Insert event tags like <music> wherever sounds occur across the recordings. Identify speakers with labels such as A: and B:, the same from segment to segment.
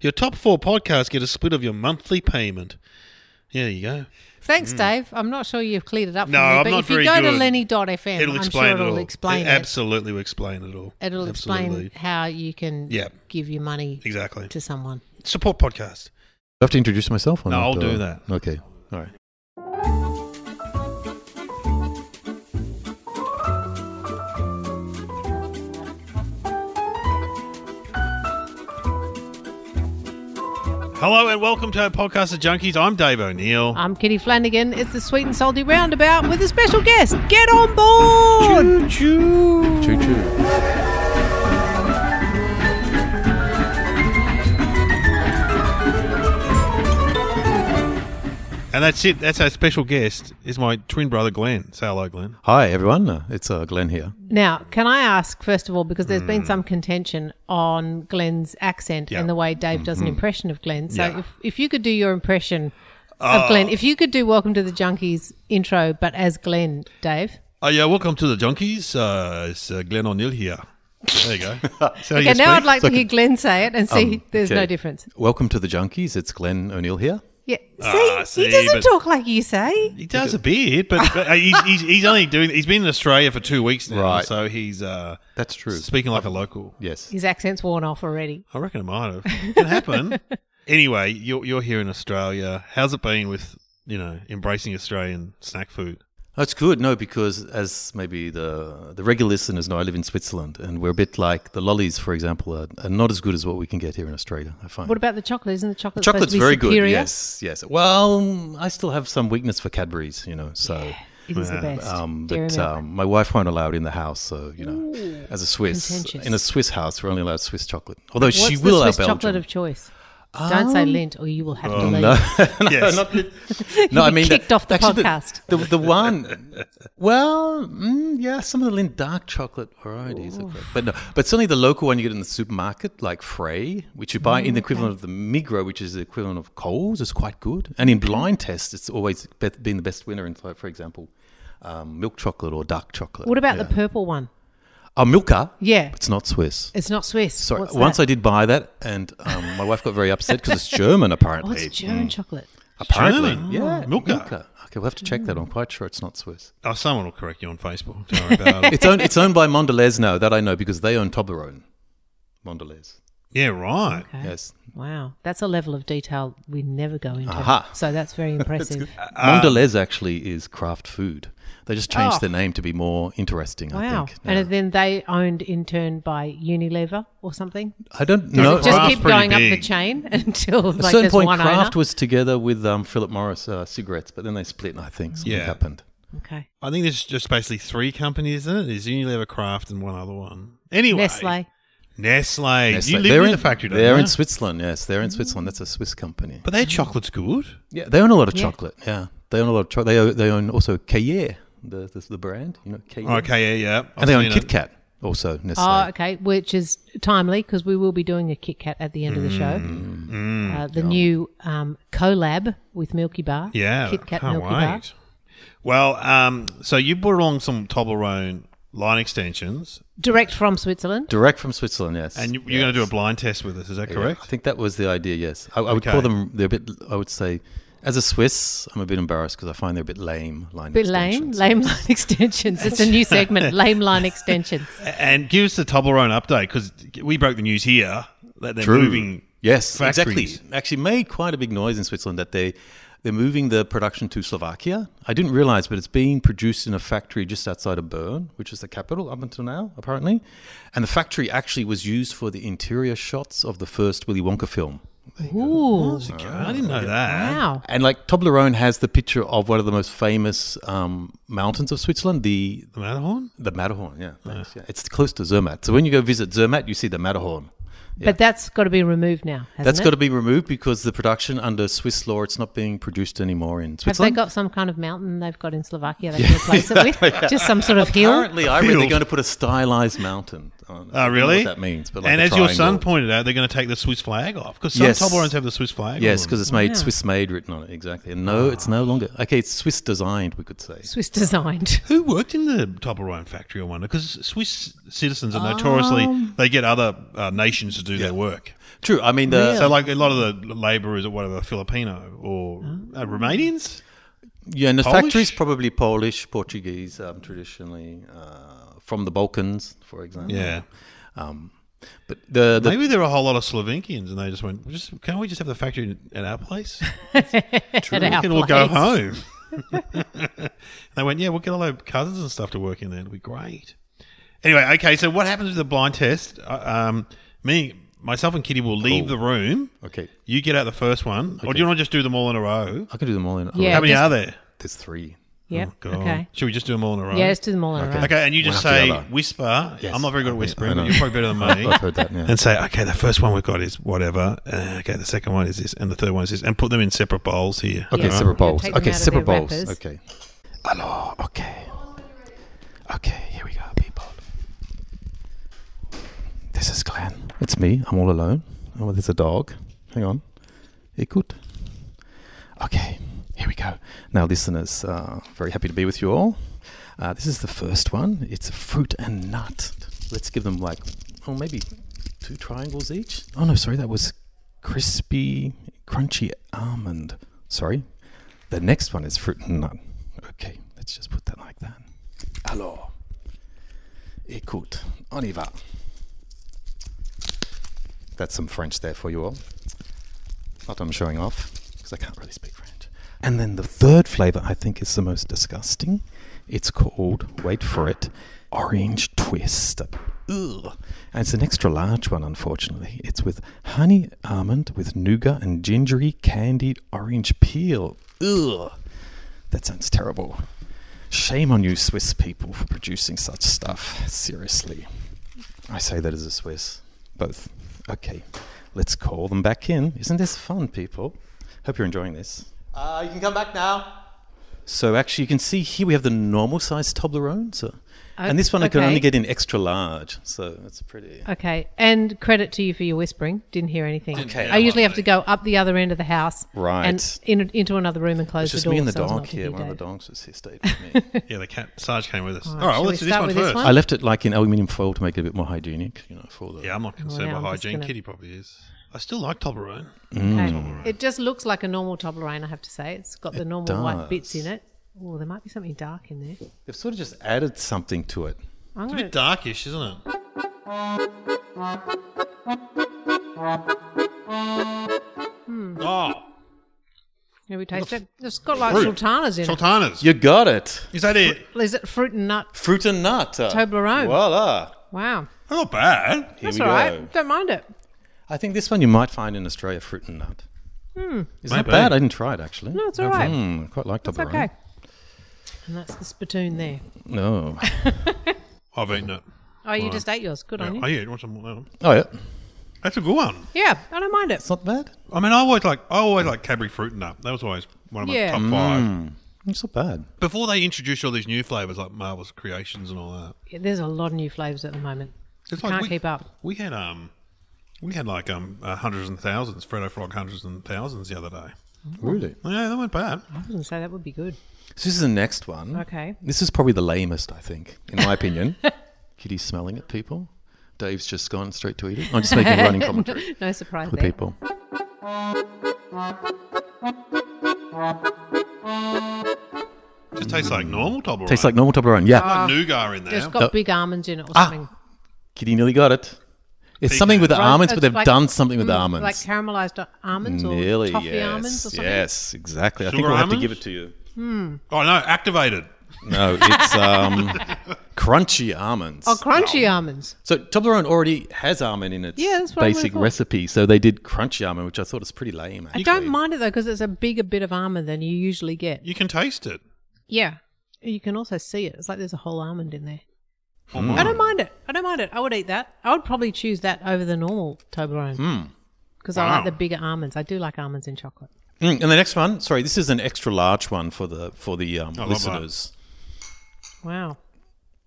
A: Your top four podcasts get a split of your monthly payment. Yeah, there you go.
B: Thanks, Dave. I'm not sure you've cleared it up.
A: Hmm. No,
B: for me,
A: I'm
B: but
A: not
B: if you
A: very
B: go
A: good.
B: to Lenny.fm,
A: It'll
B: I'm
A: explain
B: sure
A: it all.
B: it'll explain it.
A: Absolutely will explain it all.
B: It'll
A: Absolutely.
B: explain how you can
A: Yeah.
B: give your money
A: Exactly.
B: to someone.
A: Support podcast.
C: I have to introduce myself. or
A: No,
C: not,
A: I'll
C: or-
A: do that.
C: Okay. All right.
A: Hello and welcome to our podcast of Junkies. I'm Dave O'Neill.
B: I'm Kitty Flanagan. It's the Sweet and Salty Roundabout with a special guest. Get on board!
C: Choo choo.
A: and that's it. That's our special guest is my twin brother Glenn. Say hello, Glenn.
C: Hi everyone. Uh, It's uh, Glenn here.
B: Now, can I ask, first of all, because there's
A: Mm.
B: been some contention on Glenn's accent
A: Yeah.
B: and the way Dave does an impression of Glenn. So
A: Mm-hmm. Yeah. Uh,
B: if, if you could do your impression of Glenn, if you could do Welcome to the Junkies intro, but as Glenn, Dave.
A: Oh yeah, welcome to the Junkies. Uh, it's uh, Glenn O'Neill here. There you go. So Um,
B: Okay, now I'd like to hear Glenn say it and see there's
C: okay.
B: no difference.
C: Welcome to the Junkies. It's Glenn O'Neill here.
B: Yeah. See,
A: Ah, see,
B: he doesn't
A: but-
B: talk like you say.
A: <laughs> He does a bit, but, but uh, he's, he's, he's only doing. He's been in Australia for two weeks now,
C: Right.
A: so he's uh,
C: That's true.
A: speaking like a local.
C: Yes.
B: His accent's worn off already.
A: I reckon it might have. Can
C: <laughs>
A: happen. anyway, you're you're here in Australia. How's it been with you know embracing Australian snack food?
C: That's good. No, because as maybe the the regular listeners know, I live in Switzerland, and we're a bit like the lollies, for example, are, are not as good as what we can get here in Australia. I find.
B: What about the chocolate? Isn't the chocolate supposed
C: Chocolate's
B: to be
C: very
B: superior?
C: good. Yes, yes. Well, I still have some weakness for Cadbury's, you know. So,
B: It is the best.
C: um,
B: Dairy
C: but
B: milk.
C: um, my wife won't allow it in the house. So, you know, as a Swiss,
B: contentious.
C: in a Swiss house, we're only allowed Swiss chocolate. Although
B: What's
C: she
B: the
C: will allow
B: Swiss
C: Belgium. Um, oh,
B: chocolate of choice? Don't say lint, or you will have to leave.
C: <laughs> no,
A: Yes.
C: no, I
B: be
C: mean
B: kicked off the
C: actually,
B: podcast.
C: The, the, the one, well, mm, yeah, some of the Lind dark chocolate varieties, are great. but no, but certainly the local one you get in the supermarket, like Frey, which you buy
B: Mm,
C: in the equivalent of the Migro, which is the equivalent of Coles, is quite good. And in blind test, it's always be- been the best winner. In for example, um, milk chocolate or dark chocolate.
B: What about
C: yeah.
B: the purple one?
C: Oh, Milka.
B: Yeah,
C: It's not Swiss.
B: it's not Swiss.
C: Sorry.
B: What's
C: Once
B: that?
C: I did buy that, and um, my wife got very upset because it's German, apparently.
B: Oh, it's
C: mm.
B: German chocolate.
C: Apparently,
A: German?
C: yeah,
A: Oh, Milka.
C: Okay, we'll have to check that. I'm quite sure it's not Swiss.
A: Oh, someone will correct you on Facebook. Don't worry about
C: <laughs>
A: it.
C: It's owned, it's owned by Mondelez now. That I know because they own Toblerone. Mondelez.
A: Yeah, right.
B: Okay.
C: Yes.
B: Wow, that's a level of detail we never go into.
C: Aha.
B: So that's
C: <laughs>
B: very impressive.
C: Mondelez actually is craft food. They just changed
B: Oh.
C: their name to be more interesting.
B: wow.
C: I think.
B: And
C: Yeah.
B: then they owned in turn by Unilever or something.
C: I don't
B: Does
C: know.
B: it just
A: Kraft's
B: keep
A: pretty
B: going up the
A: big.
B: chain <laughs> until like
C: At a certain
B: there's
C: point,
B: one
C: Kraft
B: owner?
C: was together with um, Philip Morris uh, cigarettes, but then they split. I think something
A: Yeah.
C: happened.
B: okay.
A: I think there's just basically three companies, isn't it? There's Unilever, Kraft, and one other one. Anyway,
B: Nestle.
A: Nestle. You
C: Nestle-
A: live
C: they're
A: near
C: in
A: the factory, don't
C: They're
A: you?
C: in Switzerland. Yes, they're in Switzerland. That's a Swiss company.
A: but their chocolate's good.
C: Yeah, they own a lot of
B: Yeah.
C: chocolate. Yeah, they own a lot of chocolate. They own, they own also Kayer, the, the the brand. You know, Kayer.
A: Okay, yeah, yeah. I've
C: and they own
A: seen it.
C: Kit Kat also. Nestle.
B: Oh, okay. Which is timely because we will be doing a Kit Kat at the end of the show.
A: Mm.
B: uh, the new um, collab with Milky Bar.
A: Yeah,
B: Kit Kat
A: can't
B: Milky
A: wait.
B: Bar.
A: Well, um, so you brought along some Toblerone line extensions,
B: Direct from Switzerland.
C: Direct from Switzerland, yes.
A: and you, you're going to do a blind test with us. Is that
C: Yeah,
A: correct?
C: I think that was the idea. Yes, I, I would
A: Okay.
C: call them. They're a bit. I would say, as a Swiss, I'm a bit embarrassed because I find they're a bit lame. Line
B: Bit lame.
C: extensions.
B: Lame line <laughs> extensions. It's a new segment. lame
A: <laughs>
B: line extensions.
A: A- And give us the Toblerone update because we broke the news here that they're moving.
C: Yes,
A: factories.
C: exactly. Actually, made quite a big noise in Switzerland that they they're moving the production to Slovakia. I didn't realize, but it's being produced in a factory just outside of Bern, which is the capital up until now, apparently. And the factory actually was used for the interior shots of the first Willy Wonka film.
B: Ooh.
A: I didn't know that.
B: Wow.
C: And like Toblerone has the picture of one of the most famous um, mountains of Switzerland, the
A: The Matterhorn?
C: the Matterhorn. Yeah, thanks, yeah. it's close to Zermatt. So when you go visit Zermatt, you see the Matterhorn.
B: But that's got to be removed now. Hasn't
C: That's
B: it?
C: got to be removed because the production under Swiss law, it's not being produced anymore in
B: Have they
C: Switzerland.
B: got some kind of mountain they've got in Slovakia
A: <laughs>
B: they can replace it with? Just some sort of hill?
C: Apparently, I read
A: Field.
C: they're going to put a stylized mountain. on it.
A: Oh,
C: I don't know
A: really?
C: What that means, but like
A: and
C: a
A: as your son
C: triangle.
A: pointed out, they're going to take the Swiss flag off because some
C: Yes.
A: Toblerones have the Swiss flag.
C: Yes,
A: on
C: because
A: them.
C: it's made
B: Yeah.
C: Swiss made written on it exactly. And no, it's no longer okay. It's Swiss designed, we could say.
B: Swiss designed.
A: who worked in the Toblerone factory? I wonder because Swiss citizens are notoriously
B: Um,
A: they get other uh, nations to do their work.
C: True. I mean, the
A: So, like a lot of the laborers are whatever Filipino or
B: Oh.
A: uh, Romanians.
C: yeah, and the
A: Polish?
C: factory's probably Polish, Portuguese, um, traditionally uh, from the Balkans, for example.
A: Yeah,
C: Um, but the, the
A: maybe there are a whole lot of Slovenkians, and they just went. Just can't we just have the factory at our
B: <laughs>
A: place?
B: At
A: we
B: our
A: can all go
B: place.
A: home.
B: <laughs>
A: and they went, yeah, we'll get all our cousins and stuff to work in there. It'll be great. Anyway, okay. So what happens with the blind test? Uh, um, me, myself, and Kitty will leave the room.
C: okay,
A: You get out the first one, or do you want to just do them all in a row?
C: I can do them all in. Oh,
B: Yeah.
A: How many
B: just-
A: are there? Oh,
C: there's three.
B: Yeah.
A: God.
B: okay.
A: Should we just do them all in a row?
B: Yeah, let's do them all in a row.
A: Okay, and you just
C: One after
A: say
C: the other.
A: whisper.
C: Yes.
A: I'm not very good at
C: I-
A: whispering,
C: I
A: but
C: know.
A: you're probably better than <laughs> me.
C: I've heard that. Yeah.
A: and say, okay, the first one we've got is whatever. Uh, okay, the second one is this, and the third one is this, and put them in separate bowls here.
C: Okay,
B: Yeah.
A: All
C: separate
B: Gotta
C: bowls.
B: take them
C: Okay,
B: out of
C: separate
B: their
C: bowls.
B: wrappers.
C: Okay. Hello. Okay. Okay, here we go, people. This is Glenn. It's me. I'm all alone. Oh, there's a dog. Hang on. Ikut. Okay, here we go. Now, listeners, uh, very happy to be with you all. Uh, this is the first one. It's a fruit and nut. Let's give them like, oh, maybe two triangles each. Oh no, sorry, that was crispy, crunchy almond. Sorry, the next one is fruit and nut. Okay, let's just put that like that. Alors, écoute, on y va. That's some French there for you all. Not I'm showing off because I can't really speak French. And then the third flavor I think is the most disgusting. It's called, wait for it, orange twist. Ugh. And it's an extra large one, unfortunately. It's with honey almond with nougat and gingery candied orange peel. Ugh. That sounds terrible. Shame on you, Swiss people, for producing such stuff. Seriously. I say that as a Swiss. Both. Okay, let's call them back in. Isn't this fun, people? Hope you're enjoying this. Uh, you can come back now. So actually, you can see here we have the normal size Toblerone, so, and this one I can
B: okay. Oh,
C: only get in extra large, so it's pretty.
B: Okay, and credit to you for your whispering. Didn't hear anything.
C: Okay.
B: I usually have to go up the other end of the house,
C: Right.
B: and in, into another room and close
C: It's just
B: the door.
C: me and the
B: so as not
C: dog
B: to hear
C: here. One of the
B: Dave.
C: dogs was here stayed with me.
B: <laughs>
A: right. Yeah, the cat Sarge came with us. All
B: right,
A: right, well,
B: shall
A: let's do
B: we
A: this
B: start
A: one
B: with this
A: first.
B: one?
C: I left it like in aluminium foil to make it a bit more hygienic, you know, for the.
A: Yeah, I'm not concerned
B: now
A: about
B: Oh, I'm just
A: hygiene.
B: gonna-
A: Kitty probably is. I still like Toblerone.
B: Okay.
C: Mm.
B: It just looks like a normal Toblerone. I have to say, it's got the normal white bits in
C: does.
B: it. Oh, there might be something dark in there.
C: They've sort of just added something to it.
B: I'm
A: It's a
B: gonna,
A: bit darkish, isn't it?
B: Hmm.
A: Oh,
B: have we tasted? it? It's got like
A: Fruit.
B: sultanas in
A: sultanas.
C: You got it.
A: Is that it?
B: it. Is it fruit and nut?
C: Fruit and nut. uh,
B: Toblerone.
C: Voila.
B: Wow,
A: They're Not bad.
C: Here
B: that's
C: we
B: all
C: go.
B: right. Don't mind it.
C: I think this one you might find in Australia, fruit and nut. It's not
A: Maybe.
C: bad. I didn't try it actually.
B: Hmm. No, it's all right.
C: Mm, I quite like
B: It's
C: Toblerone.
B: okay. And that's the spittoon there.
C: No.
A: I've eaten it.
B: Oh, you just ate yours. Good on you.
A: Oh yeah, you want some? more?
C: oh yeah,
A: That's a good one.
B: Yeah, I don't mind it.
C: it's not bad.
A: I mean, I always like I always like Cadbury fruit and nut. That was always one of my
B: Yeah.
A: top five.
C: Mm. It's not bad.
A: Before they introduced all these new flavors like Marvel's Creations and all that,
B: Yeah, There's a lot of new flavours at the moment.
A: It's
B: I
A: like
B: can't
A: we-
B: keep up.
A: we had um, we had like um uh, hundreds and thousands, Fredo Frog hundreds and thousands the other day.
C: Really?
A: Yeah, that went bad.
B: I was going to say that would be good.
C: So this is the next one.
B: Okay.
C: This is probably the lamest, I think, in my opinion. <laughs> Kitty's smelling it, people. Dave's just gone straight to eat it. I'm just making a
B: <laughs>
C: running commentary
B: no surprise
C: for the
B: there.
C: people.
A: Just tastes like normal Toblerone.
C: Tastes like normal Toblerone. Yeah.
B: Oh.
A: Got nougat in there.
B: It's Ah. got
C: No.
B: big almonds in it or
C: Ah,
B: something.
C: Kitty nearly got it. It's
A: Pecan.
C: something with the
B: Right,
C: almonds, but
B: it's
C: they've
B: like-
C: done something with the
B: Mm,
C: almonds.
B: Like caramelized a- almonds or
C: nearly,
B: toffee
C: yes.
B: almonds or something.
C: Yes, exactly. I think
A: Sugar
C: we'll have to
A: almonds?
C: give it to you.
A: oh no, activated.
C: No, it's um, crunchy almonds.
B: Oh, crunchy almonds.
C: So Toblerone already has almond in its
B: Yeah, that's what I would've
C: basic
B: thought.
C: recipe, so they did crunchy almond, which I thought was pretty lame.
B: I
C: Actually.
B: don't mind it though because it's a bigger bit of almond than you usually get.
A: You can taste it.
B: Yeah. You can also see it. It's like there's a whole almond in there.
A: Oh,
C: Hmm.
B: I don't mind it. I don't mind it. I would eat that. I would probably choose that over the normal Toblerone
C: Hmm.
B: because I like
A: Wow.
B: the bigger almonds. I do like almonds in chocolate.
C: Mm, and the next one, sorry, this is an extra large one for the for the um,
A: love that.
C: listeners.
B: Wow.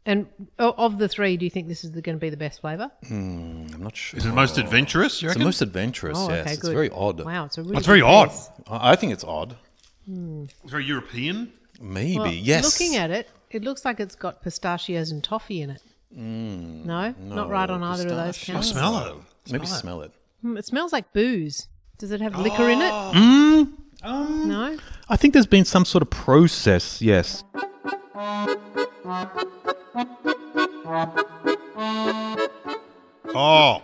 B: And o- of the three, do you think this is going to be the best flavor?
C: I'm not sure.
A: Is it most adventurous? You
C: It's
A: reckon?
C: the most adventurous.
B: Oh,
C: yes,
B: okay,
C: it's
B: good.
C: very odd.
B: Wow, it's a really.
A: It's very
B: good
A: odd.
B: guess.
C: I I think it's odd.
A: It's very European.
C: Maybe
B: Well,
C: yes.
B: Looking at it, it looks like it's got pistachios and toffee in it.
C: Mm,
B: no, not right on either of those
C: pistachio.
B: counts.
A: Smell it.
C: Maybe smell it.
B: Mm, it smells like booze. Does it have
A: Oh.
B: liquor in it?
C: Mm.
A: Um.
B: no.
C: I think there's been some sort of process. Yes.
A: Oh,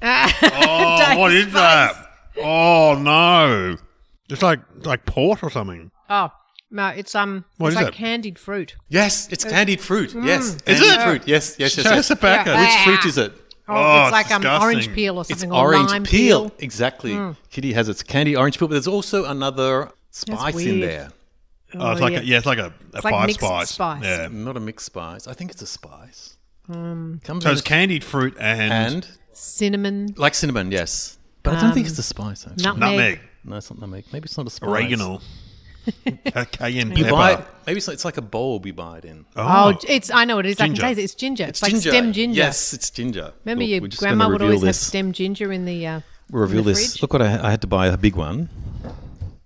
A: <laughs> oh, what is that? Oh no! It's like like port or something.
B: <laughs> Oh no, it's um,
A: What
B: it's
A: is
B: like
A: it?
B: candied fruit.
C: Yes,
B: Uh,
C: it's candied fruit. yes,
A: Is
C: candied
A: it?
C: fruit. Yes, yes, yes.
A: Show us
C: yes.
A: the packet.
B: mm. Yeah.
C: Which fruit is it?
B: Oh,
A: Oh,
B: it's
A: it's
B: like um, orange
A: disgusting.
B: peel or
C: It's
B: something. or
C: orange
B: lime Mm.
C: peel. Exactly. Kitty has its candy orange peel, but there's also another spice in
B: weird.
C: there.
A: Oh, it's
B: Oh,
A: like
B: yeah.
A: A, yeah, it's like a, a
B: like
A: five
B: mixed
A: spice.
B: spice.
A: Yeah.
C: Not a mixed spice. I think it's a spice.
B: Um,
C: Comes
A: So
C: in
A: it's
C: a-
A: candied fruit and,
C: and
B: cinnamon,
C: like cinnamon, yes. But I don't
B: Um,
C: think it's a spice actually.
B: nutmeg.
A: nutmeg,
C: No, it's not nutmeg. Maybe it's not a
B: <laughs>
C: spice.
A: oregano, ca- cayenne
C: You buy it,
A: pepper.
C: maybe it's like, it's like a bulb you buy it in.
B: Oh, it's I know what it is.
A: Ginger.
B: I can taste it. It's ginger. It's, like stem ginger.
C: Yes, it's ginger.
B: Remember,
C: Look,
B: your
C: we're just
B: grandma
C: gonna
B: would
C: reveal
B: always have
C: this.
B: stem ginger in the. Uh,
C: We'll reveal
B: the
C: this.
B: fridge.
C: Look what I, I had to buy a big one.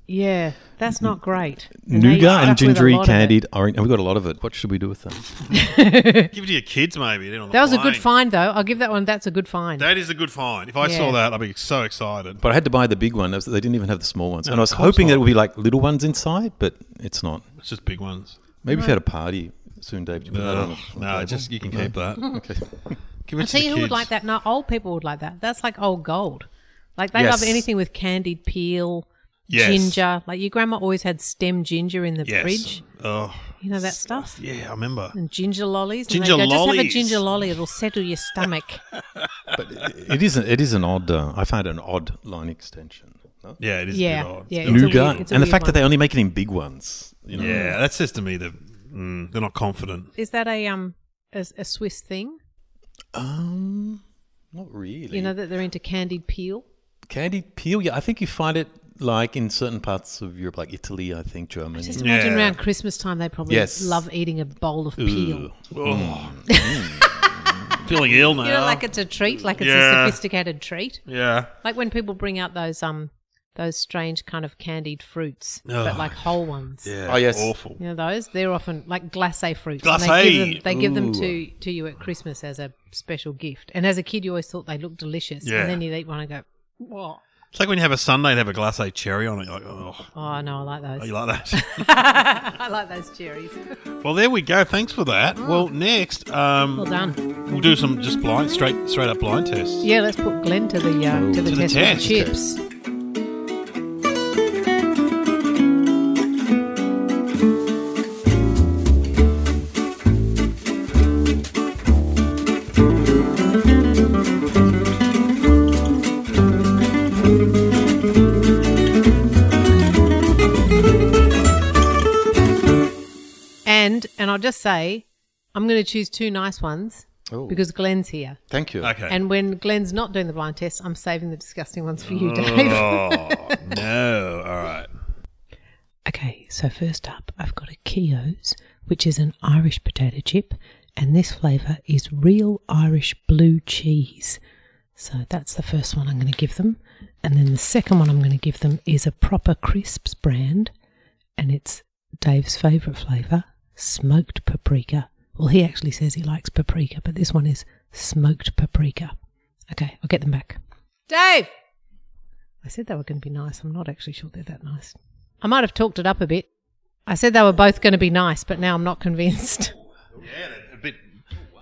B: yeah, that's not great. And now you're
C: Nougat and
B: stuck with a
C: gingery
B: lot of it.
C: candied orange. And we got a lot of it. What should we do with them?
A: Give it to your kids, maybe. they're on the
B: That was a good
A: plane.
B: find, though. I'll give that one. That's a good find.
A: That is a good find. If I
B: Yeah.
A: saw that, I'd be so excited.
C: But I had to buy the big one. They didn't even have the small ones. and I was hoping
A: not.
C: there would be like little ones inside, but it's not.
A: It's just big ones.
C: Maybe if you had a party soon, Dave. you put that on
A: No,
C: the- on the
A: no,
C: table?
A: just you can keep
B: <laughs>
A: that.
C: Okay.
A: Give it
B: I'll
A: to
B: tell
A: the kids.
B: you who would like that. No, old people would like that. That's like old gold. Like they
C: Yes.
B: love anything with candied peel,
A: Yes.
B: ginger. Like your grandma always had stem ginger in the
A: Yes.
B: fridge.
A: Oh,
B: You know that stuff.
A: yeah, I remember.
B: And ginger lollies.
A: Ginger
B: and they go, Just have a
A: lollies.
B: ginger lolly. It'll settle your stomach.
C: But it it is an it is an odd. Uh, I found an odd line extension. No?
A: Yeah, it is
B: Yeah,
A: a bit odd.
B: yeah,
A: It's a bit
B: it's a
A: odd.
B: weird-
C: Nougat,
B: it's a
C: and the
B: weird
C: fact that
B: one.
C: they only make it in big ones. You know?
A: Yeah, that says to me that mm, they're not confident.
B: Is that a um a, a Swiss thing?
C: Um, not really.
B: You know that they're into candied peel.
C: candied peel. Yeah, I think you find it like in certain parts of Europe, like Italy. I think Germany.
B: Just imagine
A: Yeah.
B: around Christmas time, they probably
C: Yes.
B: love eating a bowl of peel.
C: Ooh.
A: Oh.
C: Mm.
A: Feeling ill now.
B: You know, like it's a treat, like it's
A: Yeah.
B: a sophisticated treat.
A: yeah.
B: Like when people bring out those um those strange kind of candied fruits,
A: Oh.
B: but like whole ones.
A: Yeah.
C: Oh, yes.
A: Awful.
B: You know those? They're often like glacé fruits. And they give
A: Glacé.
B: them, they give them to,
C: Ooh.
B: to you at Christmas as a special gift. And as a kid, you always thought they looked delicious.
A: Yeah.
B: And then you eat one and go, "What?
A: It's like when you have a sundae and have a glacé cherry on it. You're like, oh,
B: Oh no, I like
A: oh,
B: those.
A: you like that? <laughs>
B: I like those cherries.
A: well, there we go. Thanks for that. Well, next, um,
B: Well done.
A: we'll do some just blind, straight, straight up blind tests.
B: Yeah, let's put Glenn to the uh, to the
A: To the
B: test, with
A: test.
B: chips. And and I'll just say, I'm going to choose two nice ones
C: Oh.
B: because Glenn's here.
C: Thank you.
A: <laughs> Okay.
B: And when Glenn's not doing the blind test, I'm saving the disgusting ones for you, Dave.
A: oh no! All right.
B: okay, so first up, I've got a Keo's, which is an Irish potato chip, and this flavour is real Irish blue cheese. So that's the first one I'm going to give them. And then the second one I'm going to give them is a proper crisps brand, and it's Dave's favourite flavour, smoked paprika. Well, he actually says he likes paprika, but this one is smoked paprika. Okay, I'll get them back.
D: Dave.
B: I said they were going to be nice. I'm not actually sure they're that nice. I might have talked it up a bit. I said they were both going to be nice, but now I'm not convinced. <laughs>
A: Yeah, that- a bit.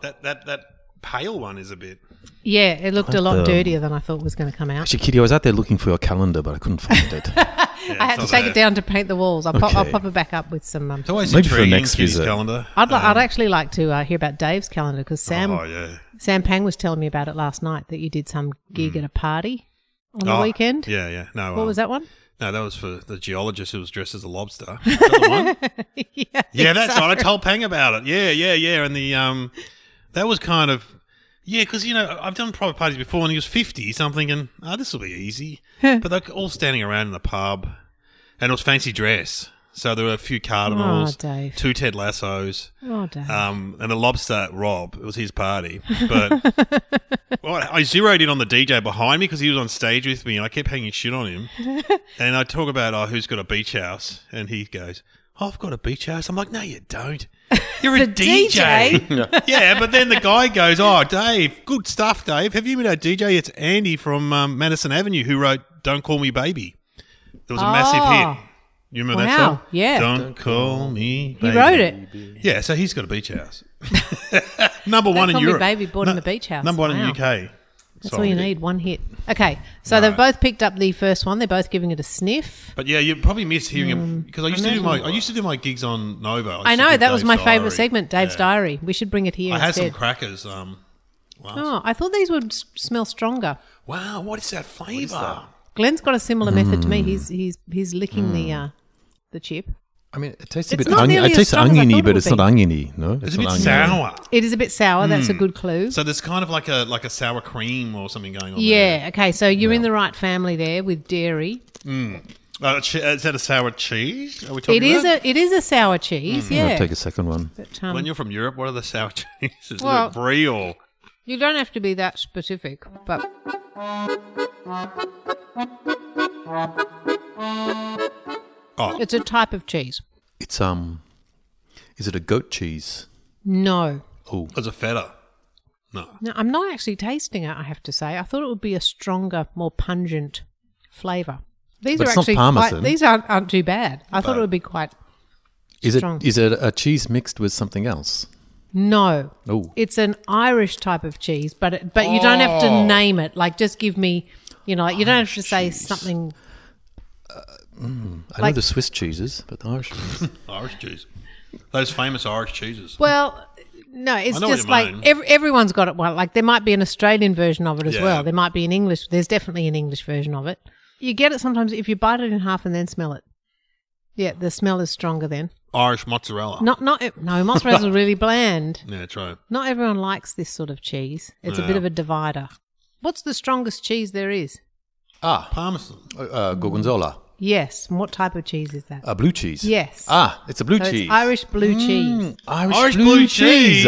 A: That that that pale one is a bit.
B: yeah, it looked a lot
C: What the- um,
B: dirtier than I thought was going to come out.
C: Actually, Kitty, I was out there looking for your calendar, but I couldn't find it.
A: yeah,
B: I had
A: it's
B: to
A: not
B: take it
A: there.
B: down to paint the walls. I'll, pop, I'll
C: Okay.
B: pop it back up with some. Um,
A: It's always
C: Maybe for the
A: intriguing.
C: next
A: Kitty's
C: visit.
A: calendar.
B: I'd, li- I'd actually like to uh, hear about Dave's calendar because Sam
A: um, Oh yeah.
B: Sam Pang was telling me about it last night that you did some gig at a party on the
A: Hmm. Oh,
B: weekend.
A: Yeah, yeah. No. um,
B: What was that one? <laughs>
A: No, that was for the geologist who was dressed as a lobster. Is that the one?
B: yeah, <laughs>
A: yeah, that's right. I told Pang about it. Yeah, yeah, yeah. And the um, that was kind of yeah, because you know I've done private parties before, and he was fifty something, and oh, this will be easy. but they're all standing around in the pub, and it was fancy dress. So there were a few cardinals,
B: Oh, Dave.
A: two Ted Lassos,
B: Oh, Dave.
A: um, and a lobster Rob. It was his party, but
B: <laughs>
A: well, I zeroed in on the DJ behind me because he was on stage with me, and I kept hanging shit on
B: <laughs>
A: him. and I talk about oh, who's got a beach house, and he goes, "Oh, "I've got a beach house." I'm like, "No, you
B: <laughs>
A: don't. You're a
B: The
A: <laughs> yeah, but then the guy goes, "Oh, Dave, good stuff, Dave. Have you met our DJ? It's Andy from um, Madison Avenue who wrote Don't Call Me Baby.' It was a massive
B: Oh.
A: hit." You remember that
B: Wow,
A: song?
B: yeah.
A: Don't, call me.
B: he
A: Baby.
B: wrote it.
A: Yeah, so he's got a beach
B: <laughs>
A: house. number one in
B: Call Me
A: Europe.
B: Baby bought him a beach house.
A: Number one in the
B: Wow.
A: UK.
B: That's all you need. One hit. Okay, so they've both picked up the first one. They're both giving it a sniff.
A: But yeah, you probably miss hearing him because I used to do my I used to do my gigs on Nova. used
B: Um, I
A: to
B: know
A: do
B: that was
A: Dave's
B: my favourite
A: Diary.
B: segment, Dave's
A: Yeah.
B: Diary. We should bring it here
A: I had some
B: instead.
A: crackers. Um, last.
B: oh, I thought these would s- smell stronger.
A: Wow, what is that flavour?
B: Glenn's got a similar method
A: Mm.
B: to me. He's he's he's licking the uh, the chip.
C: I mean, it tastes a
B: It's
C: bit
B: not
C: onion.
B: nearly
C: It
B: as
C: tastes
B: strong as I thought
C: oniony,
B: it
C: but
B: would
C: it's
B: be.
C: not oniony. No,
A: It's a bit
C: not oniony.
A: sour.
B: It is a bit sour. That's a
A: Mm.
B: good clue.
A: So there's kind of like a like a sour cream or something going on.
B: yeah. Okay. So you're in the right family there with dairy.
A: There. Uh, che- is that a sour cheese? Are we talking
B: It is
A: about?
B: a it is a sour
A: Mm-hmm.
B: cheese.
C: I'll
B: Yeah.
C: take a second one.
B: But, um,
A: When you're from Europe, what are the sour <laughs> cheeses?
B: Well-
A: Well, Brie or
B: you don't have to be that specific, but
A: oh,
B: it's a type of cheese.
C: It's um, is it a goat cheese?
B: No.
C: Oh,
A: it's a feta. No.
B: No, I'm not actually tasting it. I have to say, I thought it would be a stronger, more pungent flavour. These
C: But
B: are
C: it's not
B: actually
C: Parmesan.
B: quite, these aren't, aren't too bad. I thought
A: But-
B: it would be quite
C: is it
B: Strong.
C: is it a cheese mixed with something else?
B: no.
C: Oh,
B: It's an Irish type of cheese, but it, but you don't have
A: Oh.
B: to name it. Like just give me, you know, like you don't have to say something.
C: I know
B: like-
C: the Swiss cheeses, but the Irish. ones.
A: Irish cheese. Those famous Irish cheeses.
B: Well, no, it's
A: I know what
B: just
A: you
B: like
A: mean.
B: every, everyone's got it. One like there might be an Australian version of it as
A: Yeah.
B: well. There might be an English. There's definitely an English version of it. You get it sometimes if you bite it in half and then smell it. Yeah, the smell is stronger then.
A: Irish mozzarella.
B: Not not e-, no
C: <laughs>
B: mozzarella really bland.
A: Yeah, try it.
B: Not everyone likes this sort of cheese. It's a bit
A: No.
B: of a divider. What's the strongest cheese there is?
C: ah,
A: Parmesan.
C: uh, uh, gorgonzola,
B: Yes. And what type of cheese is that?
C: a blue cheese.
B: Yes.
C: Uh, Ah, it's a blue
B: So
C: cheese.
B: It's Irish blue cheese.
C: Mm, Irish,
A: Irish
C: blue,
A: blue
C: cheese.
A: cheese.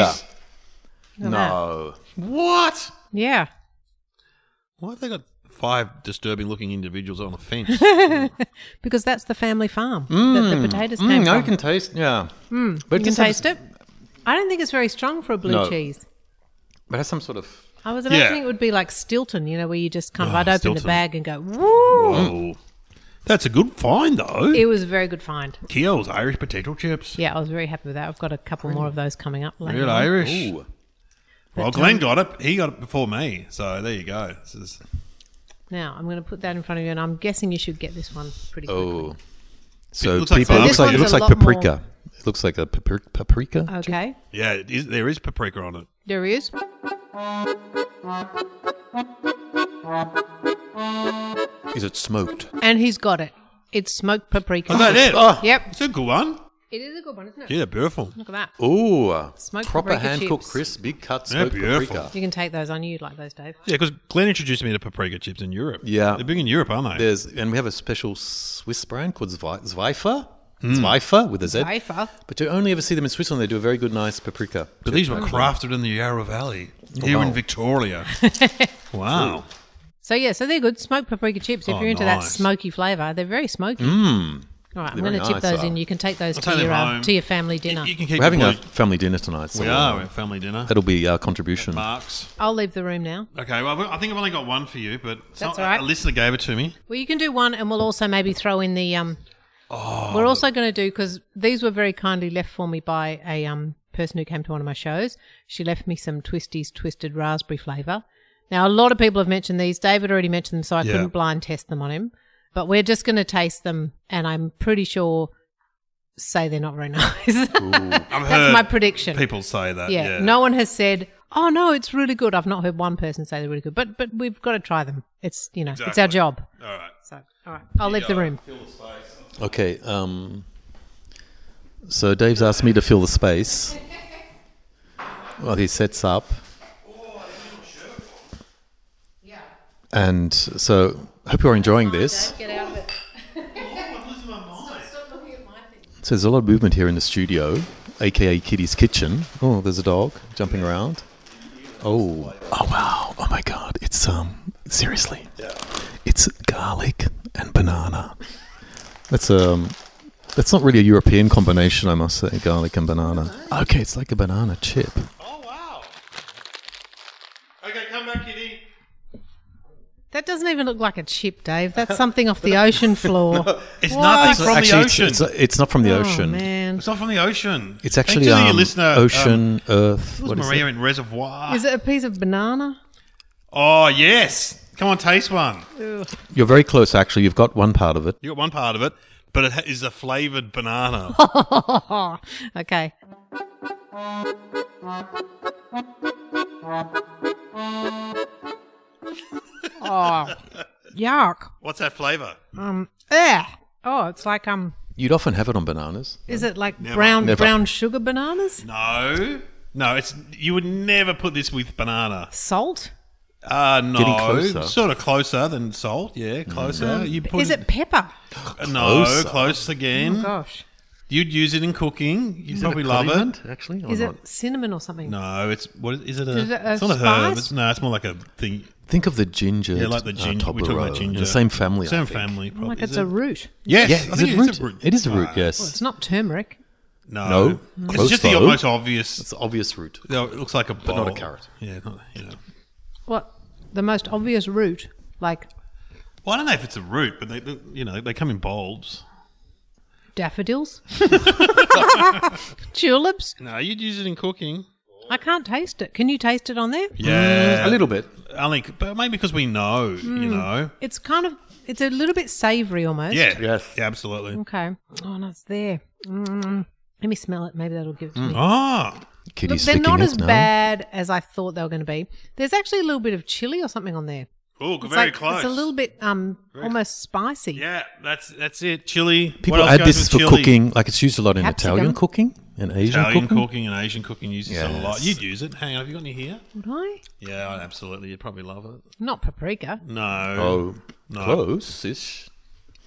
B: Look at
C: No,
A: What?
B: Yeah.
A: Why have they got five disturbing looking individuals on a
B: <laughs>
A: fence?
B: Because that's the family farm that the potatoes came
C: Mm, I
B: from. Mm,
C: can taste. Yeah, but
B: you can
C: does have-
B: taste it. I don't think it's very strong for a blue
C: No.
B: cheese.
C: But it has some sort of.
B: I was
A: Yeah.
B: imagining it would be like Stilton, you know, where you just kind of,
C: Ah,
A: Oh,
B: I'd open the
A: Stilton.
B: bag and go, woo!
A: oh. That's a good find, though.
B: It was a very good find.
A: Keel's Irish potato chips.
B: Yeah, I was very happy with that. I've got a couple more of those coming up later.
A: Real
B: on.
A: Irish.
C: Ooh.
A: Well,
B: um,
A: Glenn got it. He got it before me. So there you go. This is,
B: Now, I'm going to put that in front of you, and I'm guessing you should get this one pretty quickly.
C: Oh. So
A: looks like
C: people,
A: So
C: it
A: this
C: looks like it
B: one's
C: looks
B: a
C: like
B: lot
C: paprika. It looks like a papri- paprika.
B: Okay,
A: yeah, it is, there is paprika on it.
B: there he is.
A: Uh,
C: Is it smoked?
B: And he's got it. It's smoked paprika.
A: Oh, is that it?
C: Oh.
B: Yep.
A: It's a good one.
B: It is a good one, isn't it?
A: Yeah, beautiful.
B: Look at that.
C: Ooh,
B: Smoked
C: proper
B: paprika
C: hand cooked
B: chips.
C: crisp, big cut
A: Yeah,
C: smoked
A: beautiful.
C: paprika.
B: You can take those. I knew you'd like those, Dave.
A: Yeah, because Glenn introduced me to paprika chips in Europe.
C: Yeah.
A: They're big in Europe, aren't they?
C: There's and we have a special Swiss brand called Zwe- Zweifer,
A: Hmm.
C: Zweifer with a Z.
B: Wafer.
C: But you only ever see them in Switzerland. They do a very good, nice paprika.
A: But these were crafted in the Yarra Valley here in
C: Wow.
A: Victoria. <laughs> wow.
B: So yeah, so they're good. Smoked paprika chips. If
A: Oh,
B: you're into that
A: nice.
B: smoky flavour, they're very smoky.
C: Mmm.
B: All right, I'm
C: They're
B: going to
C: very
B: tip
C: nice,
B: those
C: though.
B: in. You can take those
A: take
B: to
A: them
B: your um,
A: home.
B: to your family dinner.
A: You can keep
C: We're having
A: the
C: a
A: blue-
C: family dinner tonight. So
A: We are. We're at family dinner.
C: That'll be our contribution.
A: Marks.
B: I'll leave the room now.
A: Okay. Well, I think I've only got one for you, but some-
B: all right.
A: a listener gave it to me.
B: Well, you can do one, and we'll also maybe throw in the. Um,
A: Oh,
B: we're also going to do because these were very kindly left for me by a um, person who came to one of my shows. She left me some Twisties Twisted Raspberry flavour. Now, a lot of people have mentioned these. David already mentioned them, so I
A: Yeah.
B: couldn't blind test them on him. But we're just going to taste them, and I'm pretty sure say they're not very <laughs> nice.
A: I've
B: That's
A: heard
B: my prediction.
A: People say that.
B: yeah.
A: Yeah.
B: no one has said, "Oh no, it's really good." I've not heard one person say they're really good, but but we've got to try them. It's you know, it's our
A: Exactly.
B: job.
A: All right.
B: So, all right, I'll leave the room.
C: Okay. Um, so Dave's asked me to fill the space while he sets up. And so, hope you're enjoying this.
B: Get out of it.
C: So there's a lot of movement here in the studio, aka Kitty's kitchen. Oh, there's a dog jumping around. Oh, oh wow! Oh my God! It's um seriously, it's garlic and banana. That's um, that's not really a European combination, I must say. Garlic and banana. Okay, it's like a banana chip.
A: Oh wow. Okay, come back, kitty.
B: That doesn't even look like a chip, Dave. That's something off the ocean floor. <laughs>
A: <laughs> It's
B: What?
A: nothing from
C: Actually,
A: the
C: it's,
A: ocean.
C: it's, uh, it's not from the
B: oh
C: ocean.
B: man,
A: It's not from the ocean.
C: It's actually
A: Thank you,
C: um,
A: listener, Um,
C: ocean, earth.
A: it
C: What
A: was
C: is
A: Maria
C: it?
A: in Reservoir.
B: is it a piece of banana? <laughs>
A: oh yes. Come on, taste one.
C: You're very close, actually. You've got one part of it.
A: You got one part of it, but it ha- is a flavored
B: <laughs>
A: banana.
B: Oh, okay. oh, yuck.
A: What's that flavor?
B: Um, eh. Oh, it's like um,
C: You'd often have it on bananas.
B: is it like brown
C: Never.
B: brown sugar bananas?
A: No. No, it's you would never put this with banana.
B: Salt?
A: Uh no.
C: Getting closer. Mm.
A: Sort of closer than salt, yeah, closer. You put
B: Mm. Is it pepper?
A: uh, no
C: Closer.
A: close again.
B: Gosh.
A: You'd use it in cooking. You'd probably love it.
C: actually.
B: Is it cinnamon or something?
A: No, it's what is, is it? A,
B: Is it a
A: it's not a herb.
B: spice?
A: It's, no, it's more like a thing.
C: Think of the ginger.
A: Yeah, like the ginger.
C: Uh,
A: we talk about
C: Toblerone.
A: ginger.
C: In the same family. I
A: Same
C: think.
A: family. Probably.
B: like
A: Is
B: it's
A: it-
B: a root.
A: Yes,
C: Yeah,
A: I
C: is
A: think
C: it
A: it is
C: root?
A: a root.
C: It is a root.
A: Uh,
B: It's
C: Yes,
B: not turmeric.
A: No,
C: No.
A: it's
C: Close,
A: just the
C: though.
A: most obvious.
C: it's an obvious root.
A: No, it looks like a
C: not a
A: bowl.
C: carrot.
A: Yeah, not, you know.
B: What? The most obvious root, like
A: Well, I don't know if it's a root, but they, they- you know, they come in bulbs.
B: daffodils, tulips.
A: No, you'd use it in cooking.
B: I can't taste it. Can you taste it on there?
A: Yeah,
C: Mm, a little bit.
A: I think, but maybe because we know,
B: Hmm.
A: you know.
B: It's kind of. It's a little bit savoury almost.
A: Yeah.
C: Yes.
A: Yeah, absolutely.
B: Okay. Oh no, it's there. Mm. Let me smell it. Maybe that'll give it to me.
A: Ah,
C: Kitty
B: Look, they're
C: sticking
B: not
C: it
B: as
C: now.
B: bad as I thought they were going to be. There's actually a little bit of chili or something on there.
A: oh,
B: It's
A: very
B: like,
A: close.
B: It's a little bit um almost spicy.
A: Yeah, that's that's it. Chili.
C: People
A: What else
C: add
A: goes
C: this
A: with
C: for
A: chili?
C: cooking. Like it's used a lot in
B: Capsicum.
C: Italian cooking and Asian
A: Italian
C: cooking.
A: cooking. and Asian cooking uses it a lot.
C: Yes.
A: You'd use it. Hang on, have you got any here?
B: Would I?
A: Yeah, I'd absolutely. You'd probably love it.
B: Not paprika.
A: No.
C: Oh,
A: No.
C: close-ish.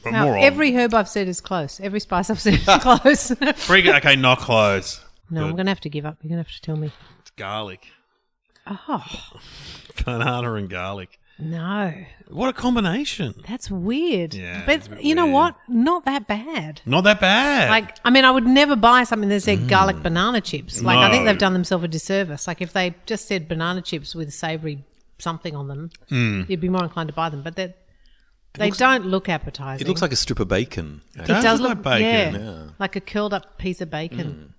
A: But
B: Now,
A: more of-
B: every herb I've said is close. Every spice I've
A: <laughs>
B: said is close. <laughs>
A: Free- okay, not close.
B: no, I'm
A: Good.
B: going to have to give up. You're going to have to tell me.
A: It's garlic. <laughs>
B: Oh,
A: Banana and garlic.
B: no.
A: What a combination.
B: That's weird.
A: Yeah, it's a
B: but
A: bit
B: you know
A: weird.
B: what? Not that bad.
A: Not that bad.
B: Like, I mean, I would never buy something that said garlic banana chips. Like, I think
A: Mm. No.
B: they've done themselves a disservice. Like, if they just said banana chips with savory something on them,
A: Mm.
B: you'd be more inclined to buy them. But they're- they don't look appetizing.
C: It looks like a strip of bacon.
A: does.
B: it does
A: look
B: look,
A: like bacon. Mm.
B: Yeah, like a curled up piece of bacon.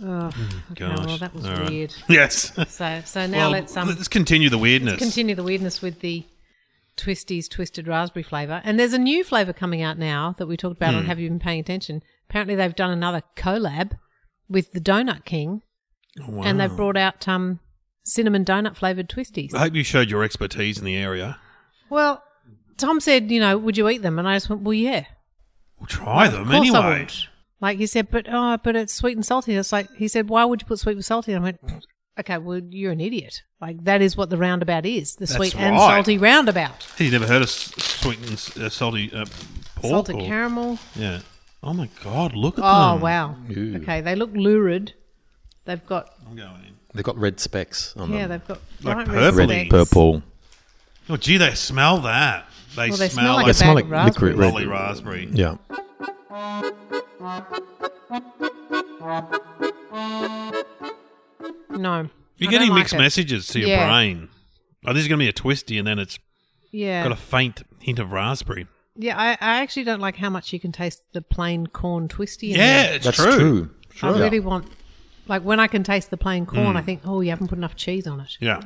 B: Ugh. okay,
A: Gosh.
B: well, that was
A: All right.
B: weird.
A: <laughs> yes.
B: So, so now
A: Well,
B: let's um,
A: let's continue the weirdness.
B: continue the weirdness with the Twisties Twisted Raspberry flavour. And there's a new flavour coming out now that we talked about
A: Hmm.
B: on Have You Been Paying Attention? Apparently they've done another collab with the Donut King
A: Oh, Wow.
B: and they've brought out um, cinnamon donut flavoured Twisties.
A: I hope you showed your expertise in the area.
B: Well, Tom said, you know, would you eat them? And I just went, well, yeah.
A: We'll try them
B: Of course
A: anyway.
B: I would. Like he said, but oh, but it's sweet and salty. It's like he said, why would you put sweet and salty? And I went, okay, well, you're an idiot. Like that is what the roundabout is, the
A: That's
B: sweet and
A: right.
B: salty roundabout.
A: He's never heard of s- sweet and s- uh, salty uh, pork.
B: Salted
A: or-
B: caramel.
A: Yeah. Oh my God! Look at
B: Oh
A: them.
B: wow.
C: Ew.
B: Okay, they look lurid. They've got
A: I'm going in.
C: They've got red specks on
B: yeah,
C: them.
B: they've got
A: Like
B: bright red
A: purpley.
C: Red,
B: specks.
C: purple.
A: Oh, gee, they smell that. They,
B: Well, they smell
A: smell,
B: like
A: like,
B: a
C: They smell
B: bag
C: like
B: raspberry.
C: liquid red.
A: lolly raspberry.
C: Yeah.
B: No.
A: You're
B: I
A: getting
B: don't like
A: mixed
B: it.
A: messages to your
B: Yeah.
A: brain. Oh, this is going to be a twisty, and then it's
B: Yeah.
A: got a faint hint of raspberry.
B: Yeah, I, I actually don't like how much you can taste the plain corn twisty. in
A: Yeah,
B: there.
A: it's
C: That's
A: true.
C: true.
B: I really want, like, when I can taste the plain
A: Hmm.
B: corn, I think, oh, you haven't put enough cheese on it.
A: Yeah.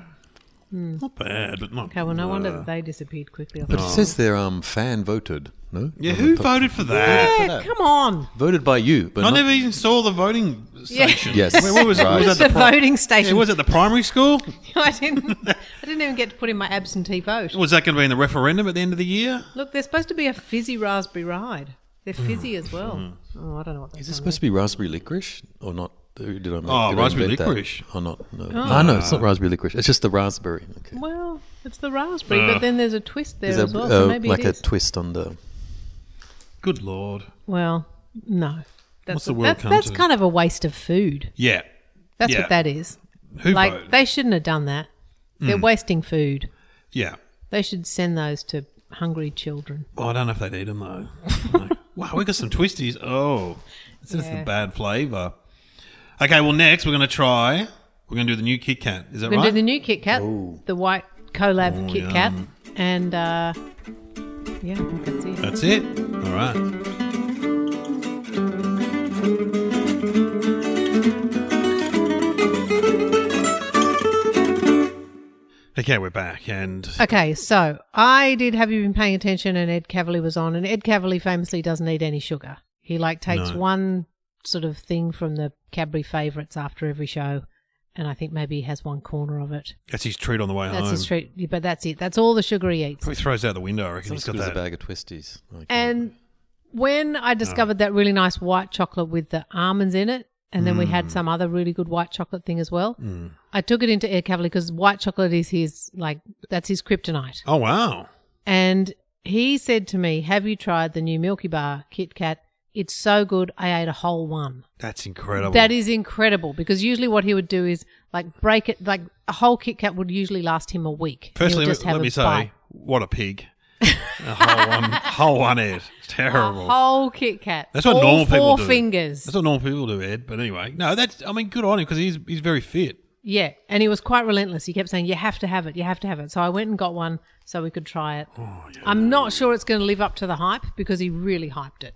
A: Not bad, but not.
B: Hmm. Okay, well, no wonder
A: uh,
B: that they disappeared quickly. Off
C: But
B: the-
C: it says they're um, fan voted. No.
A: Yeah,
C: No,
A: who
C: but-
A: voted for that?
B: yeah,
C: that.
B: come on.
C: Voted by you, but
A: I
C: not-
A: never even saw the voting
B: Yeah.
A: station.
C: Yes.
A: Where, where was, it?
C: Right.
A: was
B: It's
A: that
B: the
A: the pri-
B: voting
A: yeah,
B: station.
A: was it the primary school?
B: <laughs> I didn't. I didn't even get to put in my absentee vote.
A: Was that going to be in the referendum at the end of the year?
B: Look, they're supposed to be a fizzy raspberry ride. They're fizzy as well. Oh, I don't know what
C: Is
B: that's
C: it supposed to be raspberry licorice or not? Did I make,
A: Oh,
C: did I
A: raspberary
C: invent that?
A: licorice.
C: Or not? No. Ah, no, it's not raspberry licorice. It's just the raspberry. Okay.
B: Well, it's the raspberry,
A: Uh,
B: but then there's a twist there
C: There's a,
B: as well. so
C: uh,
B: maybe
C: like
B: it is.
C: a twist on the.
A: Good lord.
B: well, no. That's,
A: What's the world
B: that's,
A: come
B: that's
A: to?
B: kind of a waste of food.
A: Yeah.
B: That's
A: Yeah.
B: what that is.
A: Who
B: like
A: voted?
B: they shouldn't have done that. They're
A: Hmm.
B: wasting food.
A: yeah.
B: They should send those to hungry children.
A: Well, I don't know if they'd eat them though. Like, <laughs> wow, we got some twisties. Oh, it's just
B: Yeah.
A: a bad flavour. Okay, well next we're going to try. We're going to do the new Kit Kat. Is that
B: We're gonna
A: right?
B: do the new Kit Kat, the white collab
A: Oh,
B: Kit
A: yum.
B: Kat, and uh, yeah, I think that's it.
A: That's it. All right. Okay, we're back, and
B: Okay, so I did. Have you been paying attention? And Ed Cavalier was on, and Ed Cavalier famously doesn't eat any sugar. He like takes
A: No.
B: one sort of thing from the Cadbury favourites after every show, and I think maybe he has one corner of it.
A: that's his treat on the way
B: That's
A: home.
B: his treat, but that's it. That's all the sugar he eats.
A: Probably throws it out the window. I reckon he's
C: It's good
A: got
C: as a
A: that.
C: bag of twisties. Like,
B: And when I discovered that really nice white chocolate with the almonds in it, and then we had some other really good white chocolate thing as well, I took it into Ed Cavalier because white chocolate is his, like, that's his kryptonite.
A: Oh wow!
B: And he said to me, Have you tried the new Milky Bar Kit Kat? It's so good. I ate a whole one.
A: That's incredible.
B: That is incredible because usually what he would do is like break it, like a whole Kit Kat would usually last him a week. He'll
A: Firstly,
B: just
A: let
B: have
A: me
B: a
A: say,
B: bite.
A: what a
B: <laughs>
A: pig! a whole one, whole one, Ed. Terrible.
B: A whole Kit Kat.
A: That's what
B: All
A: normal people
B: four
A: do.
B: fingers.
A: That's what normal people do, Ed. But anyway, no, that's. I mean, good on him because he's he's very fit.
B: Yeah, and he was quite relentless. He kept saying, "You have to have it. You have to have it." So I went and got one so we could try it.
A: Oh,
B: I'm not sure it's going to live up to the hype because he really hyped it.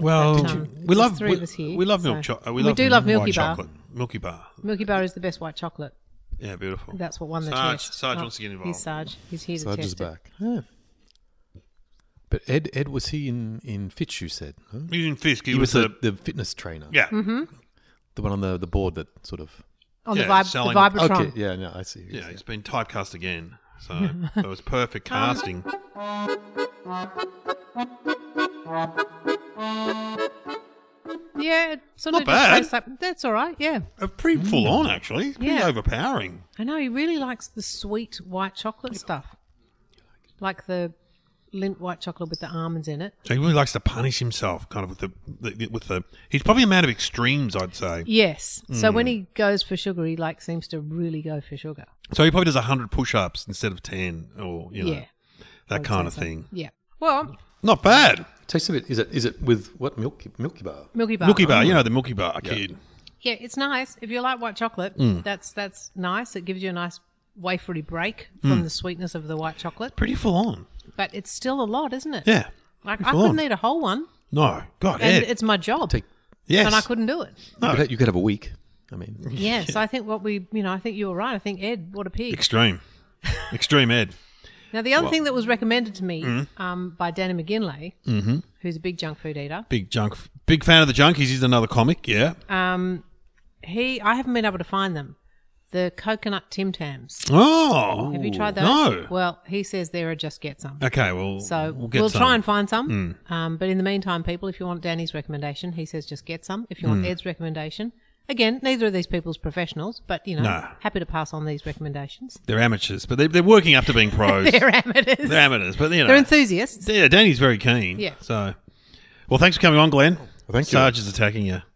A: Well,
B: But, um,
A: we
B: there's
A: love
B: three
A: we,
B: of us here,
A: we love
B: so-
A: milk chocolate. We,
B: We
A: love
B: do love
A: white
B: Milky Bar.
A: Chocolate. Milky Bar.
B: Milky Bar is the best white chocolate.
A: Yeah, beautiful.
B: That's what won the
A: Sarge-
B: test. Oh,
A: Sarge wants to get involved.
B: He's Sarge. He's here
C: so I
B: to
C: just
B: test. it.
C: back. Yeah. But Ed, Ed was he in in Fitch? You said no?
A: Using Fisk, he,
C: he was,
A: was, a,
C: the, the fitness trainer.
A: yeah.
B: Mm-hmm.
C: the one on the, the board that sort of.
B: On the,
A: Yeah,
B: vib-
A: selling-
B: the Vibratron.
C: Okay, yeah, no, I see.
A: Yeah, he's been typecast again.
B: <laughs>
A: So, so it was perfect
B: Uh-huh.
A: casting.
B: Yeah, it sort
A: Not
B: of just
A: bad.
B: tastes like- that's all right. Yeah,
A: Uh, pretty full on, actually. It's pretty
B: Yeah.
A: overpowering.
B: I know he really likes the sweet white chocolate stuff, like the lint white chocolate with the almonds in it.
A: So he really likes to punish himself, kind of with the, the with the. He's probably a man of extremes, I'd say.
B: Yes. So
A: Hmm.
B: when he goes for sugar, he like seems to really go for sugar.
A: So he probably does hundred push-ups instead of ten, or you know
B: yeah.
A: that kind of thing.
B: Yeah. Well,
A: Not bad.
C: Tastes a bit. Is it is it with what milky milky bar?
B: Milky Bar.
A: Milky Bar, you know the Milky Bar kid.
B: Yeah, it's nice. If you like white chocolate,
A: Hmm.
B: that's that's nice. It gives you a nice wafery break
A: Hmm.
B: from the sweetness of the white chocolate.
A: Pretty full on.
B: But it's still a lot, isn't it?
A: Yeah.
B: Like
A: pretty
B: I
A: full
B: couldn't
A: on.
B: eat a whole one,
A: No, God,
B: and
A: Ed.
B: it's my job,
C: Take.
A: Yes.
B: and I couldn't do it.
C: You, could have, you could have a week. I mean,
B: Yeah. So I think what we, you know, I think you were right. I think Ed, what a pig.
A: Extreme. Extreme Ed.
B: Now the other thing that was recommended to me um, by Danny McGinley, who's a big junk food eater,
A: Big junk. Big fan of the Junkies. He's another comic. Yeah.
B: um, he I haven't been able to find them. The coconut Tim Tams.
A: Oh.
B: Have you tried those?
A: No.
B: Well, he says there are just get some.
A: Okay. Well,
B: So
A: we'll
B: we'll,
A: get some. Mm.
B: try and find some. Um, but in the meantime, people, if you want Danny's recommendation, he says just get some. If you
A: Mm.
B: want Ed's recommendation, again, neither of these people's professionals, but you know,
A: No.
B: happy to pass on these recommendations.
A: They're amateurs, but they're, they're working up to being pros.
B: <laughs> They're amateurs.
A: They're amateurs, but you know.
B: They're enthusiasts.
A: yeah, Danny's very keen.
B: Yeah.
A: So, well, thanks for coming on, Glenn.
C: thank you.
A: Sarge is attacking you.
B: <laughs>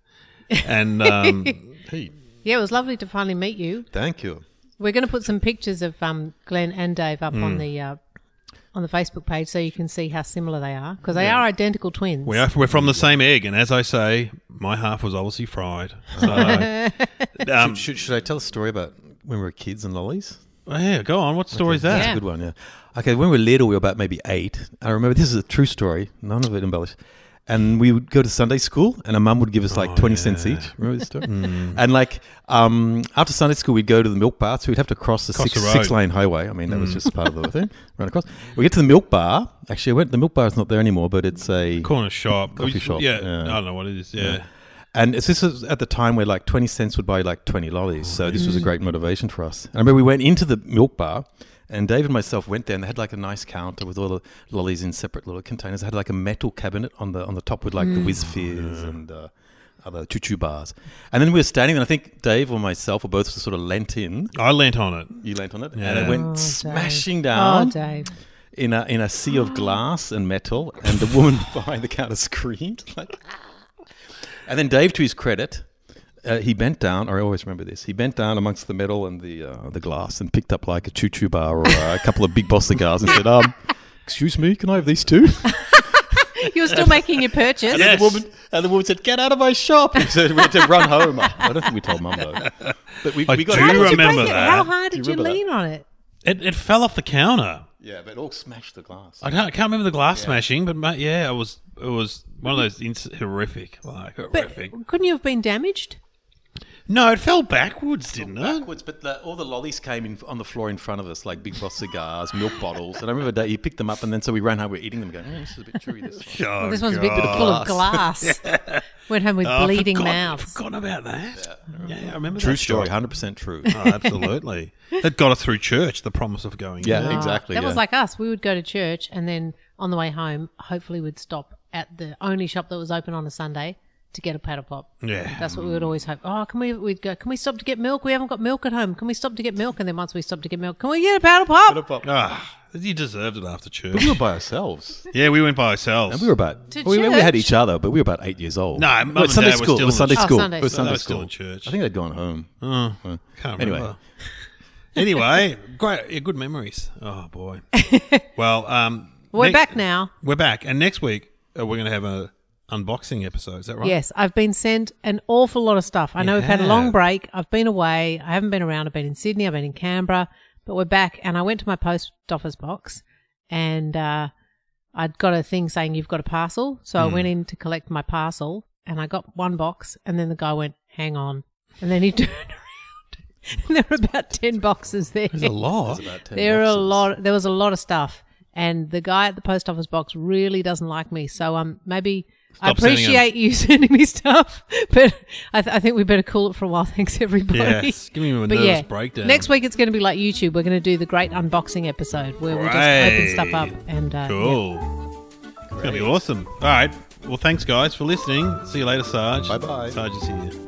A: And um,
C: hey,
B: Yeah, it was lovely to finally meet you.
C: thank you.
A: Mm.
B: We're going to put some pictures of um, Glenn and Dave up on the uh, on the Facebook page so you can see how similar they are because they are identical twins.
A: We are, we're from the same egg, and as I say, my half was obviously fried. So, um,
C: should, should I tell a story about when we were kids and lollies?
A: Oh, yeah, go on. What story is that?
C: That's a good one, yeah. Okay, when we were little, we were about maybe eight. I remember this is a true story, none of it embellished. And we would go to Sunday school, and our mum would give us like 20 cents
A: Oh, yeah. Hmm.
C: each. Remember this story? And like um, after Sunday school, we'd go to the milk bar, so we'd have to cross the
A: Cross
C: six,
A: the road. Hmm.
C: six lane highway. I mean, that was just part of the thing, run across. We get to the milk bar. Actually, I went, the milk bar is not there anymore, but it's a.
A: Corner shop.
C: Coffee
A: We-
C: shop,
A: Yeah,
C: yeah.
A: I don't know what it is. Yeah.
C: And it's- this was at the time where like 20 cents would buy like 20 lollies.
B: Oh,
C: So this was a great motivation for us. And I remember we went into the milk bar and Dave and myself went there and they had like a nice counter with all the lollies in separate little containers. They had like a metal cabinet on the on the top with like the
B: Mm.
C: whiz fizz and uh, other choo choo bars. And then we were standing and I think Dave or myself or both sort of leant in.
A: I leant on it.
C: You leant on it and
A: Yeah.
C: it went
B: Dave.
C: smashing
B: Oh,
A: <laughs>
C: down
B: Dave.
C: in a in a sea of glass and metal, and the woman <laughs> behind the counter screamed <laughs> like. "Ah." And then Dave, to his credit, uh, he bent down. I always remember this. He bent down amongst the metal and the uh, the glass and picked up like a choo choo bar or uh, a couple of big boss cigars and said, "Um, excuse me, can I have these two?
B: You're still making your purchase.
A: Yeah.
C: <laughs> And the woman and the woman said, "Get out of my shop!" <laughs> And so we had to run home. I don't think we told mum though. But we,
A: I
C: we got
A: do
B: How did you
A: remember
B: break it?
A: that.
B: How hard
C: Do you
B: did you,
C: remember that?
B: lean on it?
A: It, it fell off the counter.
C: yeah, but it all smashed the glass.
A: I can't, I can't remember the glass smashing, but mate, yeah, it was it was one of those inc- horrific, like
B: But
A: horrific.
B: couldn't you have been damaged?
A: no, it fell backwards, didn't it?
C: backwards, but the, all the lollies came in on the floor in front of us, like big boss cigars, milk <laughs> bottles. And I remember that you picked them up, and then so we ran home, we were eating them, going, "Mm, "This is a bit chewy." This one."
A: Oh,
B: this one's a bit
A: God. <laughs>
B: full of glass. Went home with
A: Oh, I
B: bleeding
A: forgot-
B: mouths.
A: Forgotten about that. Yeah, I remember
C: true
A: that
C: story, hundred
B: <laughs>
C: percent true.
A: Oh, <laughs> absolutely. that got us through church. The promise of going.
C: Yeah,
B: Ah,
C: exactly.
B: That was
C: yeah.
B: like us. We would go to church and then on the way home, hopefully we'd stop at the only shop that was open on a Sunday to get a paddle pop.
A: Yeah.
B: That's what we would always hope. Oh, can we? We'd go. Can we stop to get milk? We haven't got milk at home. Can we stop to get milk? And then once we stop to get milk, can we get a paddle pop?
A: Ah, you deserved it after church.
C: we were by ourselves,
A: <laughs> yeah, we went by ourselves.
C: and we were about
B: To
C: we, we had
B: church?
C: each other, but we were about eight years old.
A: No,
C: Well,
A: Mum and
C: Sunday
A: Dad were
C: school.
A: still
C: it was
A: in
C: Sunday
A: church.
C: school.
B: Oh, Sunday
C: it was
B: school.
A: They
C: Sunday
A: were still
C: school.
A: in church.
C: I think they'd gone home.
A: Can't
C: Anyway.
A: remember. Anyway, great, yeah, good memories. Oh boy.
B: <laughs>
A: well, um,
B: We're
A: ne-
B: back now.
A: We're back, and next week uh, we're going to have a unboxing episode. Is that right?
B: Yes, I've been sent an awful lot of stuff. I know we've had a long
A: have.
B: break. I've been away. I haven't been around. I've been in Sydney. I've been in Canberra, but we're back. And I went to my post office box, and uh, I'd got a thing saying you've got a parcel. So I
A: Hmm.
B: went in to collect my parcel, and I got one box. And then the guy went, "Hang on," and then he <laughs> turned around, <laughs> and there were about ten boxes there.
A: There's a lot.
C: About 10
B: There are a
C: boxes.
B: lot. There was a lot of stuff, and the guy at the post office box really doesn't like me. So um, maybe I
A: Stop sending
B: appreciate you <laughs> sending me stuff, but I, th- I think we better cool it for a while. <laughs> Thanks everybody.
A: Yes, give me a
B: But
A: nervous
B: yeah,
A: breakdown.
B: next week it's going to be like YouTube. We're going to do the great unboxing episode where we just open stuff up
A: Great.
B: and uh, yeah.
A: Cool. It's going to be awesome. All right. Well, thanks, guys, for listening. See you later, Sarge.
C: Bye-bye.
A: Sarge is here.